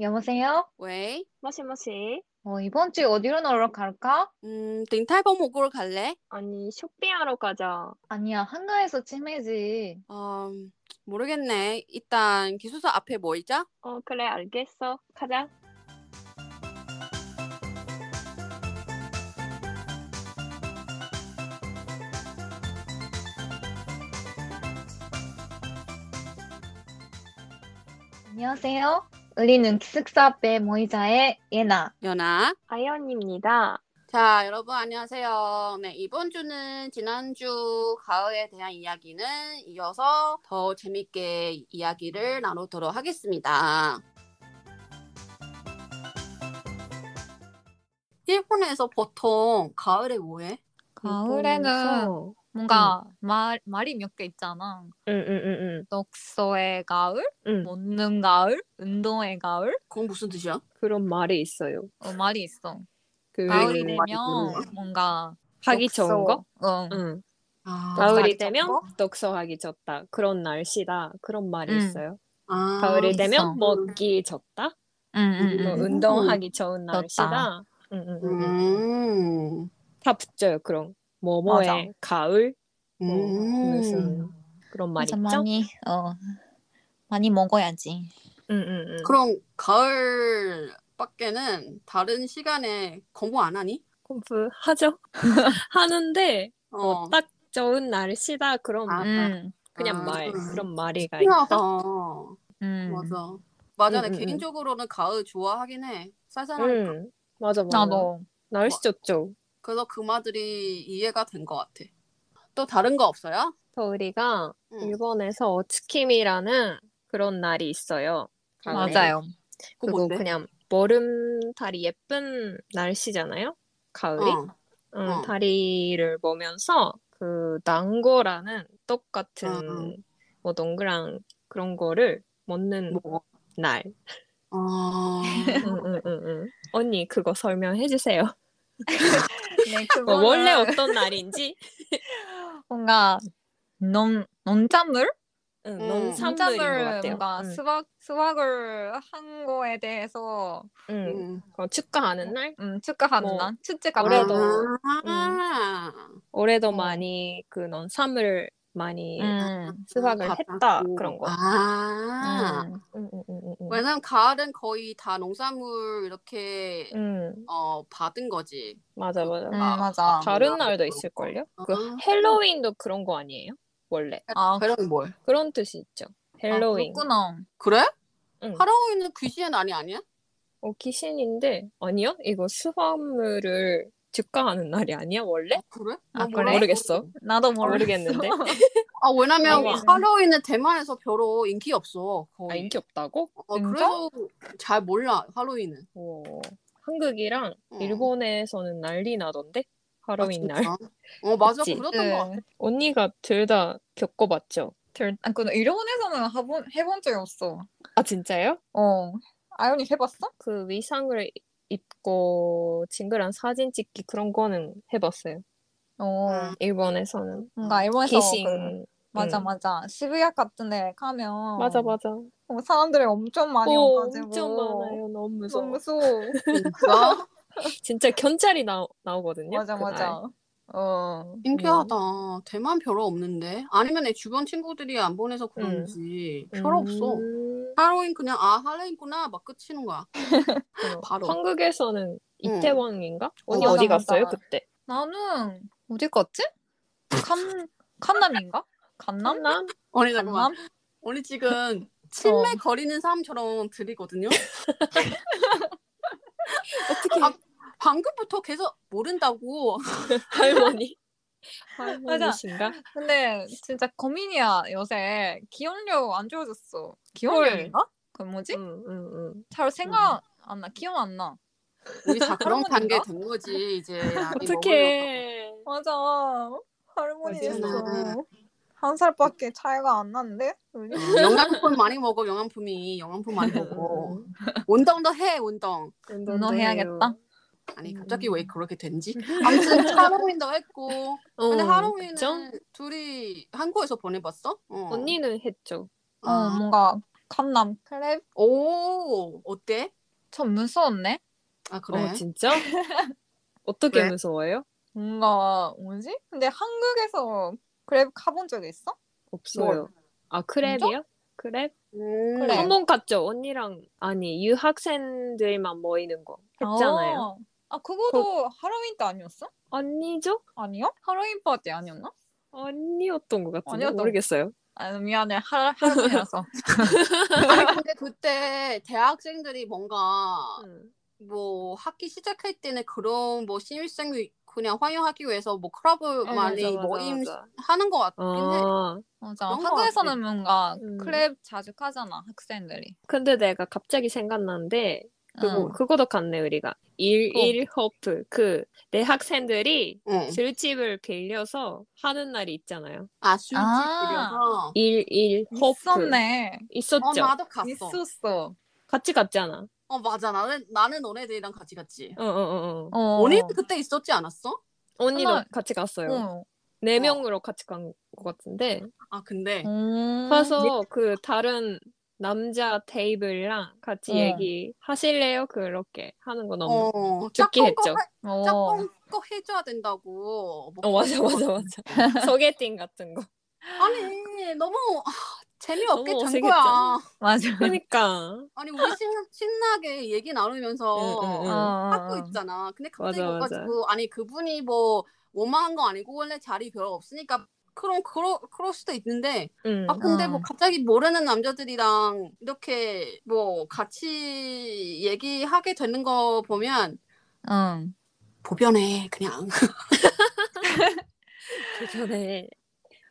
여보세요? 왜? 뭐시뭐시? 어, 이번 주에 어디로 놀러 갈까? 음, 링탈버 목으로 갈래? 아니, 쇼핑하러 가자. 아니야, 한가해서 치매지. 어, 모르겠네. 일단 기숙사 앞에 뭐 모이자. 어, 그래, 알겠어. 가자. 안녕하세요. 우리는 기숙사 앞에 모이자의 예나. 연아. 아이언입니다. 자, 여러분 안녕하세요. 네, 이번 주는 지난주 가을에 대한 이야기는 이어서 더 재밌게 이야기를 나누도록 하겠습니다. 일본에서 보통 가을에 뭐해? 가을에는 일본에서- 뭔가 말, 말이 몇 개 있잖아. 응, 응, 응, 응. 독서의 가을, 응. 먹는 가을, 운동의 가을 그건 무슨 뜻이야? 그런 말이 있어요. 어, 말이 있어. 그 가을이 음, 되면 뭔가 하기 독서, 어. 좋은 거? 응. 응. 아, 가을이 가을이 되면 되면 독서하기 좋다. 그런 날씨다. 그런 말이 응. 있어요. 아, 가을이 가을이 있어. 되면 먹기 좋다. 응, 응, 음. 뭐 응. 운동하기 좋은 좋다. 날씨다. 응, 응, 응, 응. 어, 음. 다 붙여요, 그럼. 뭐뭐의 맞아. 가을? 뭐 음. 무슨 그런 말 맞아, 있죠? 많이 어 많이 먹어야지. 응, 응, 응. 네. 그럼 가을 밖에는 다른 시간에 공부 안 하니? 공부하죠? 하는데 어. 딱 좋은 날씨다 그런 아, 응, 그냥 아, 말 그런 말이가 신기하다. 있다. 응. 맞아. 맞아. 나 음, 음, 음. 개인적으로는 가을 좋아하긴 해. 쌀쌀하니까. 응 맞아 맞아. 나도 날씨 좋죠. 그래서 그 말들이 이해가 된 것 같아. 또 다른 거 없어요? 저 우리가 응. 일본에서 오츠키미라는 그런 날이 있어요. 가을에. 맞아요. 그거 그리고 뭔데? 그냥 보름달이 예쁜 날씨잖아요. 가을이. 어. 응, 어. 다리를 보면서 그 난고라는 똑 같은 어. 뭐 동그란 그런 거를 먹는 뭐. 날. 아. 응, 응, 응, 응. 언니 그거 설명해 주세요. 네, 뭐 그거는 원래 어떤 날인지 뭔가 논 논작물 응, 음. 농산물인 것 논작물 같아요. 음. 뭔가 응, 수박 수박을 한 거에 대해서 응. 음. 어, 축하하는 날 음, 축하하는 뭐, 날, 올해도 음. 축하합니다. 아. 올해도 어. 많이 그 농산물 많이 음, 수확을 다 했다 땄고. 그런 거. 아. 음, 응, 응, 응, 응, 응. 왜냐면 가을은 거의 다 농산물 이렇게 음. 응, 어 받은 거지. 맞아 맞아. 음. 맞아. 다른 날도 있을걸요? 그 아. 헬로윈도 그런 거 아니에요? 원래 아, 헬로윈 뭘? 그런 뜻이 있죠. 아, 헬로윈. 그렇구나. 그래? 응. 헬로윈은 귀신의 날이 아니야? 어, 귀신인데 아니야? 이거 수확물을 축하하는 날이 아니야 원래? 어, 그래? 아, 나 몰라. 그래? 모르겠어. 나도 음. 어, 모르. 모르겠는데. 아 왜냐면 아니야. 헬로윈은 대만에서 별로 인기 없어. 거의. 아, 인기 없다고? 어, 진짜? 그래서 잘 몰라 할로윈은. 오, 한국이랑 어. 일본에서는 난리 나던데 할로윈 아, 날 진짜? 어 맞아 그치? 그랬던 것 같아. 네. 언니가 둘 다 겪어봤죠? 들, 아, 근데 일본에서는 해본 해본 적이 없어. 아 진짜요? 어, 아연이 해봤어? 그 위상을 입고 징그란 사진 찍기 그런 거는 해봤어요 어, 음. 일본에서는 뭔가 일본에서 귀신 그, 맞아 음. 맞아 시부야 같은 데 가면 맞아 맞아 어, 사람들이 엄청 많이 오 와가지고 음, 엄청 많아요 너무 무서워 너무 무서워. 진짜? 진짜 견찰이 나, 나오거든요 맞아 그날. 맞아. 어, 신기하다. 대만 별로 없는데. 아니면 내 주변 친구들이 안 보내서 그런지 별로 없어. 음, 할로윈 그냥 아 할로윈구나 막 끝이는 거야. 어, 바로. 한국에서는 이태원인가? 언니 맞아, 어디 맞아. 갔어요 그때? 나는 어디 갔지? 칸 칸남인가? 칸남? 어. 남? 언니 잠깐만. 칸남? 언니 지금 침매 어. 거리는 사람처럼 들리거든요. 어떻게 아, 방금부터 계속 모른다고. 할머니 맞아. 할머니신가? 근데 진짜 고민이야 요새 기억력 안 좋아졌어 기억력인가? 그 뭐지? 응, 응, 응. 잘 음. 생각 안 나 기억 안 나 우리 다 그런 할머니인가? 단계 된 거지 이제. 나이 먹으려고. 어, 어떡해. 맞아 할머니 맞아. 됐어 한 살밖에 차이가 안 나는데 우리? 어, 영양품 많이 먹어 영양품이 영양품 많이 먹어. 운동도 해 운동. 운동해야겠다. 아니 음. 갑자기 왜 그렇게 된지. 아무튼 할로윈도 했고. 어, 근데 그쵸? 할로윈은 둘이 한국에서 보내봤어? 어. 언니는 했죠. 어 아, 뭔가 칸남 클랩 오, 어때? 참 무서웠네. 아, 그래? 어, 진짜? 어떻게 왜? 무서워요? 뭔가 뭐지? 근데 한국에서 클랩 가본 적 있어? 없어요. 뭘? 아 크랩이요? 크랩? 음, 그래. 한 번 갔죠. 언니랑 아니 유학생들만 모이는 거 했잖아요. 어. 아 그거도 할로윈 때 아니었어? 언니죠? 아니요? 할로윈 파티 아니었나? 언니였던 것 같은데 언니였던 모르겠어요. 아 미안해 할 할로윈이라서. 아니, 근데 그때 대학생들이 뭔가 음. 뭐 학기 시작할 때는 그런 뭐 신입생 그냥 환영하기 위해서 뭐 클럽을 어, 많이 맞아, 맞아, 모임 맞아. 하는 것 같긴 해. 아, 맞아. 그런 거 한국에서는 뭔가 음. 클랩 자주 하잖아 학생들이. 근데 내가 갑자기 생각났는데 그거 응. 그거도 갔네 우리가 일일 호프 그 내 학생들이 응. 술집을 빌려서 하는 날이 있잖아요. 아 술집 아. 들여서. 일일 호프 있었네. 어 있었죠. 나도 갔어. 있었어. 같이 갔잖아. 어 맞아 나는 나는 너네들이랑 같이 갔지. 어어어 어, 어. 어. 언니도 그때 있었지 않았어? 언니도 하나- 같이 갔어요. 어. 네 어. 명으로 같이 간 것 같은데 아 근데 음. 가서 그 다른 남자 테이블이랑 같이 어. 얘기 하실래요? 그렇게 하는 거 너무 어 음. 좋게 짝꿍 했죠. 거 해- 어. 짝꿍 거 해줘야 된다고. 뭐 어 맞아 맞아 맞아 소개팅 같은 거 아니 너무 아, 재미없게 너무 된 거야. 맞아. 그러니까 아니 우리 신, 신나게 얘기 나누면서 어, 응, 응, 응. 하고 있잖아. 근데 갑자기 어, 뭐 맞아, 와가지고 아니 그분이 뭐 오만한 거 아니고 원래 자리 별 없으니까 그럼 그러, 그럴 수도 있는데 응. 아 근데 음. 뭐 갑자기 모르는 남자들이랑 이렇게 뭐 같이 얘기하게 되는 거 보면 어. 응. 보변해 그냥 불편해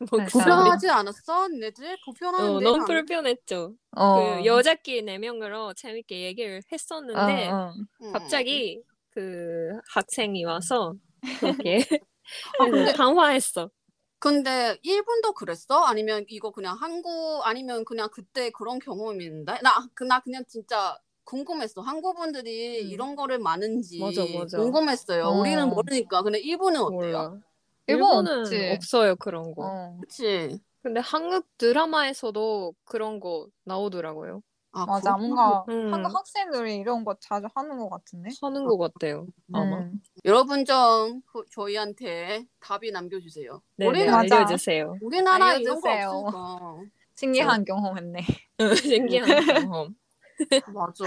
그 뭐 맞아. 불편해 보변하지 않았어? 얘네들 아. 보변하는데 어, 너무 불편했죠 어. 그 여자끼리 네 명으로 재밌게 얘기를 했었는데 아, 어, 어. 갑자기 그 학생이 와서 그렇게 아, 근데 당화했어 근데 일본도 그랬어? 아니면 이거 그냥 한국 아니면 그냥 그때 그런 경험이 있는데 나, 그, 나 그냥 진짜 궁금했어. 한국 분들이 음. 이런 거를 많은지 맞아, 맞아. 궁금했어요. 어. 우리는 모르니까. 근데 일본은 어때요? 몰라 일본 일본은 없지. 없어요 그런 거 어. 그렇지. 근데 한국 드라마에서도 그런 거 나오더라고요. 아, 맞아. 그렇구나. 뭔가 음. 한국 학생들이 이런 거 자주 하는 것 같은데. 하는 것 같아요. 아마. 음. 여러분 좀 그- 저희한테 답이 남겨주세요. 네, 네, 우리나라 맞아. 알려주세요. 우리나라 이런 거 알려주세요. 없으니까. 신기한 경험했네. 음, 응, 신기한 경험. 맞아.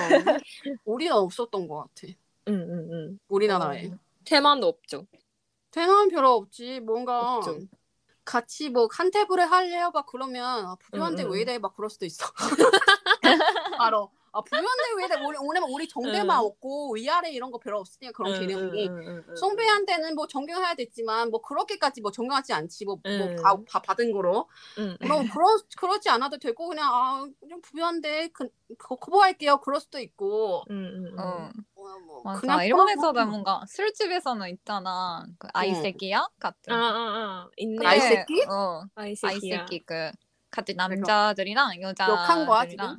우리는 없었던 것 같아. 응, 응, 응. 우리나라에. 음, 네. 테마도 없죠. 대나는 별로 없지. 뭔가 없죠. 같이 뭐 한 테이블에 할래요? 막 그러면 아, 부교한테 응, 응. 왜 이래? 막 그럴 수도 있어. 바로 아 부교한테 왜 이래? 우리 오늘 우리 정대만 응. 없고 위아래 이런 거 별로 없으니까 그런 응, 개념이. 응, 응, 응, 응. 송배한테는 뭐 존경해야 되지만 뭐 그렇게까지 뭐 존경하지 않지 응. 뭐뭐다 다 받은 거로 응, 응. 뭐 그러 그러지 않아도 되고 그냥 아좀 부여한데 그 그거 거부할게요 그럴 수도 있고 응, 응, 응. 어. 어, 뭐 맞아. 그냥 일본에서도 그냥 뭔가 술집에서는 있잖아. 그 아이세키야 같은. 아, 아, 아. 있네. 근데, 아이세키? 어. 아이세키야. 아이세키 그 같이 남자들이랑 욕한 거야, 여자들이랑.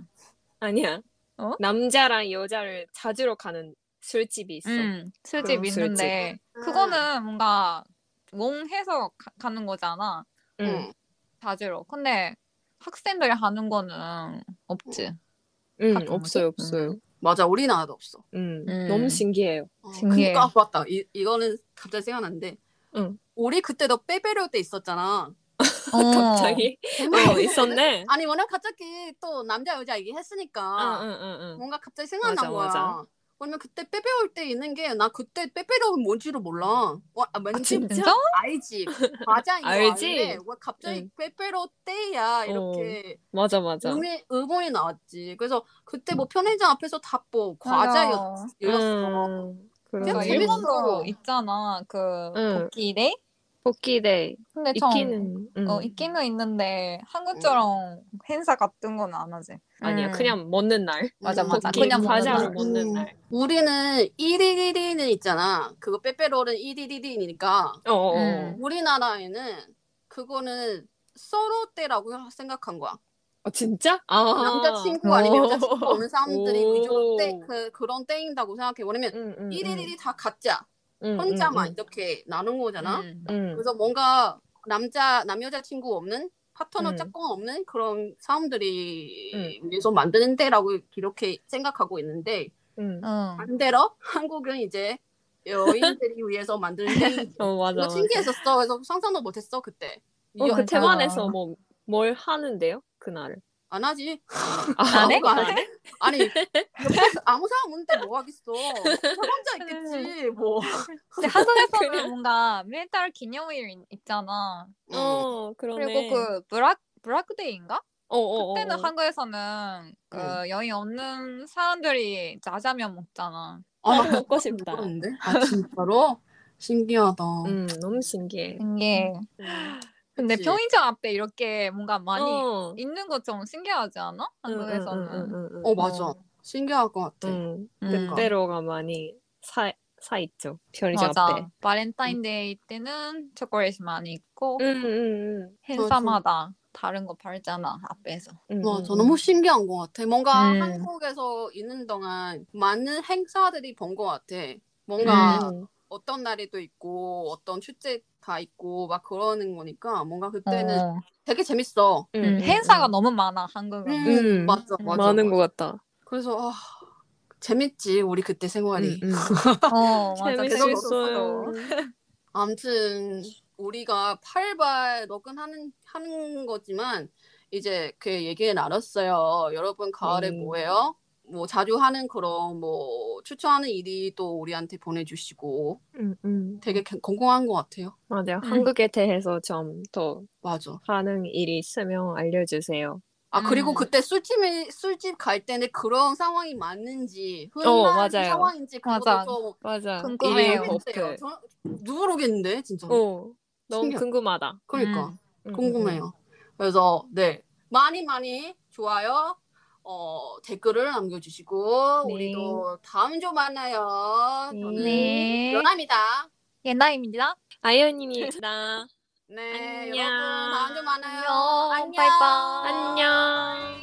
아니야. 어? 남자랑 여자를 찾으러 가는 술집이 있어. 음. 술집 그럼 있는데 음. 그거는 뭔가 몽해서 가- 가는 거잖아. 음. 응, 자주로. 근데 학생들이 하는 거는 없지. 응, 가끔 없어요, 뭐지? 없어요. 맞아 우리나라도 없어. 응, 음. 너무 신기해요. 어, 신기해. 그니까 아, 맞다. 이, 이거는 갑자기 생각났는데. 응. 우리 그때 너 빼빼로 때 있었잖아. 어. 갑자기 어, 있었네. 아니 워낙 갑자기 또 남자 여자 얘기했으니까 응, 응, 응, 응. 뭔가 갑자기 생각난 맞아, 거야. 맞아. 그러면 그때 빼빼로 올때 있는 게 나 그때 빼빼로 뭔지를 몰라. 와, 아, 왠지 진짜? 진짜? 알지. 과자인 거 알지? 알지? 왜 갑자기 응. 어, 빼빼로 때야 이렇게 맞아, 맞아. 의미, 의문이 나왔지. 그래서 그때 뭐 편의점 앞에서 다뭐 과자였어. 맞아. 음, 그러니까 그냥 그래. 재밌어. 일본도 있잖아. 그 응. 복귀데. 복귀대 근데 좀 있기는 음. 어, 있기는 있는데 한국처럼 행사 같은 건 안 하지. 아니야 음. 그냥 먹는 날 맞아, 음. 맞아. 복귀 그냥 먹는 과자를 날. 먹는 음. 날 우리는 111은 있잖아. 그거 빼빼로는 111이니까 어어 음. 우리나라에는 그거는 서로 때라고 생각한 거야. 어, 진짜 아 남자친구 아니면 오. 여자친구 없는 사람들이 오. 위주로 때, 그, 그런 때인다고 생각해. 왜냐면 음, 음, 111이 다 가짜. 음, 혼자만 음, 이렇게 나눈 거잖아. 음. 음. 그래서 뭔가 남자 남여자 친구 없는 파트너 음. 짝꿍 없는 그런 사람들이 음. 계속 만드는 데라고 이렇게 생각하고 있는데 음. 아, 응. 반대로 한국은 이제 여인들이 위해서 만드는 데 어 맞아. 거 맞아. 신기했었어. 그래서 상상도 못했어 그때. 어, 이거 그 맞아. 대만에서 뭐 뭘 하는데요? 그날. 안 하지? 아, 해? 이거 안 해? 아니 옆에서 아무 사람 없는데 뭐 하겠어? 혼자 있겠지 뭐. 근데 한국에서는 뭔가 밀달 기념일 이- 있잖아. 어 그러네. 그리고 그 브락 브락데이인가? 어, 어, 어, 그때는 어. 한국에서는 그 음. 여인 없는 사람들이 짜장면 먹잖아. 아, 나도 먹고 싶다. 모르는데? 아 진짜로? 신기하다. 음 너무 신기해. 이게 음. 근데 그치. 평일장 앞에 이렇게 뭔가 많이 어. 음, 있는 것 좀 신기하지 않아? 한국에서는. 응, 응, 응, 응. 어 맞아. 어. 신기할 것 같아. 음, 음. 그때로가 많이 사, 사 있죠. 편의점 앞에. 음. 맞아. 바렌타인데이 때는 초콜릿이 많이 있고 응, 응, 행사마다 다른 거 팔잖아 앞에서. 응. 와, 저 너무 신기한 것 같아. 뭔가 음. 한국에서 있는 동안 많은 행사들이 본 것 같아. 음. 뭔가 어떤 날이 또 있고 어떤 축제가 있고 막 그러는 거니까 아. 뭔가 그때는 어. 되게 재밌어. 음, 행사가 너무 많아 한국은. 음, 음. 맞아, 맞아. 많은 맞아. 것 같다. 그래서 아, 재밌지 우리 그때 생활이. 음, 음. 어 맞아. 그거 재밌을 재밌었어요. 없었어. 아무튼 우리가 팔발 녹근하는 하는 거지만 이제 그 얘기에 나눴어요. 여러분 가을에 음. 뭐예요? 뭐 자주 하는 그런 뭐 추천하는 일이 또 우리한테 보내주시고 음, 음. 되게 개- 건강한 것 같아요. 맞아요. 음. 한국에 대해서 좀 더 맞아. 하는 일이 있으면 알려주세요. 아 그리고 음. 그때 술집에 술집 갈 때는 그런 상황이 맞는지 흔한 어, 맞아요. 상황인지 그것도 맞아. 좀 맞아. 궁금해요. 일일 법회. 저- 누구로겠는데 진짜. 어, 너무 신기하다. 궁금하다. 그러니까. 음. 음, 음. 궁금해요. 그래서 네 많이 많이 좋아요, 어, 댓글을 남겨주시고 네. 우리도 다음 주 만나요. 네. 저는 네. 연아입니다. 예나입니다. 아이언님이다. 네 안녕. 여러분 다음 주 만나요. 안녕. 안녕. 바이바이. 아. 안녕.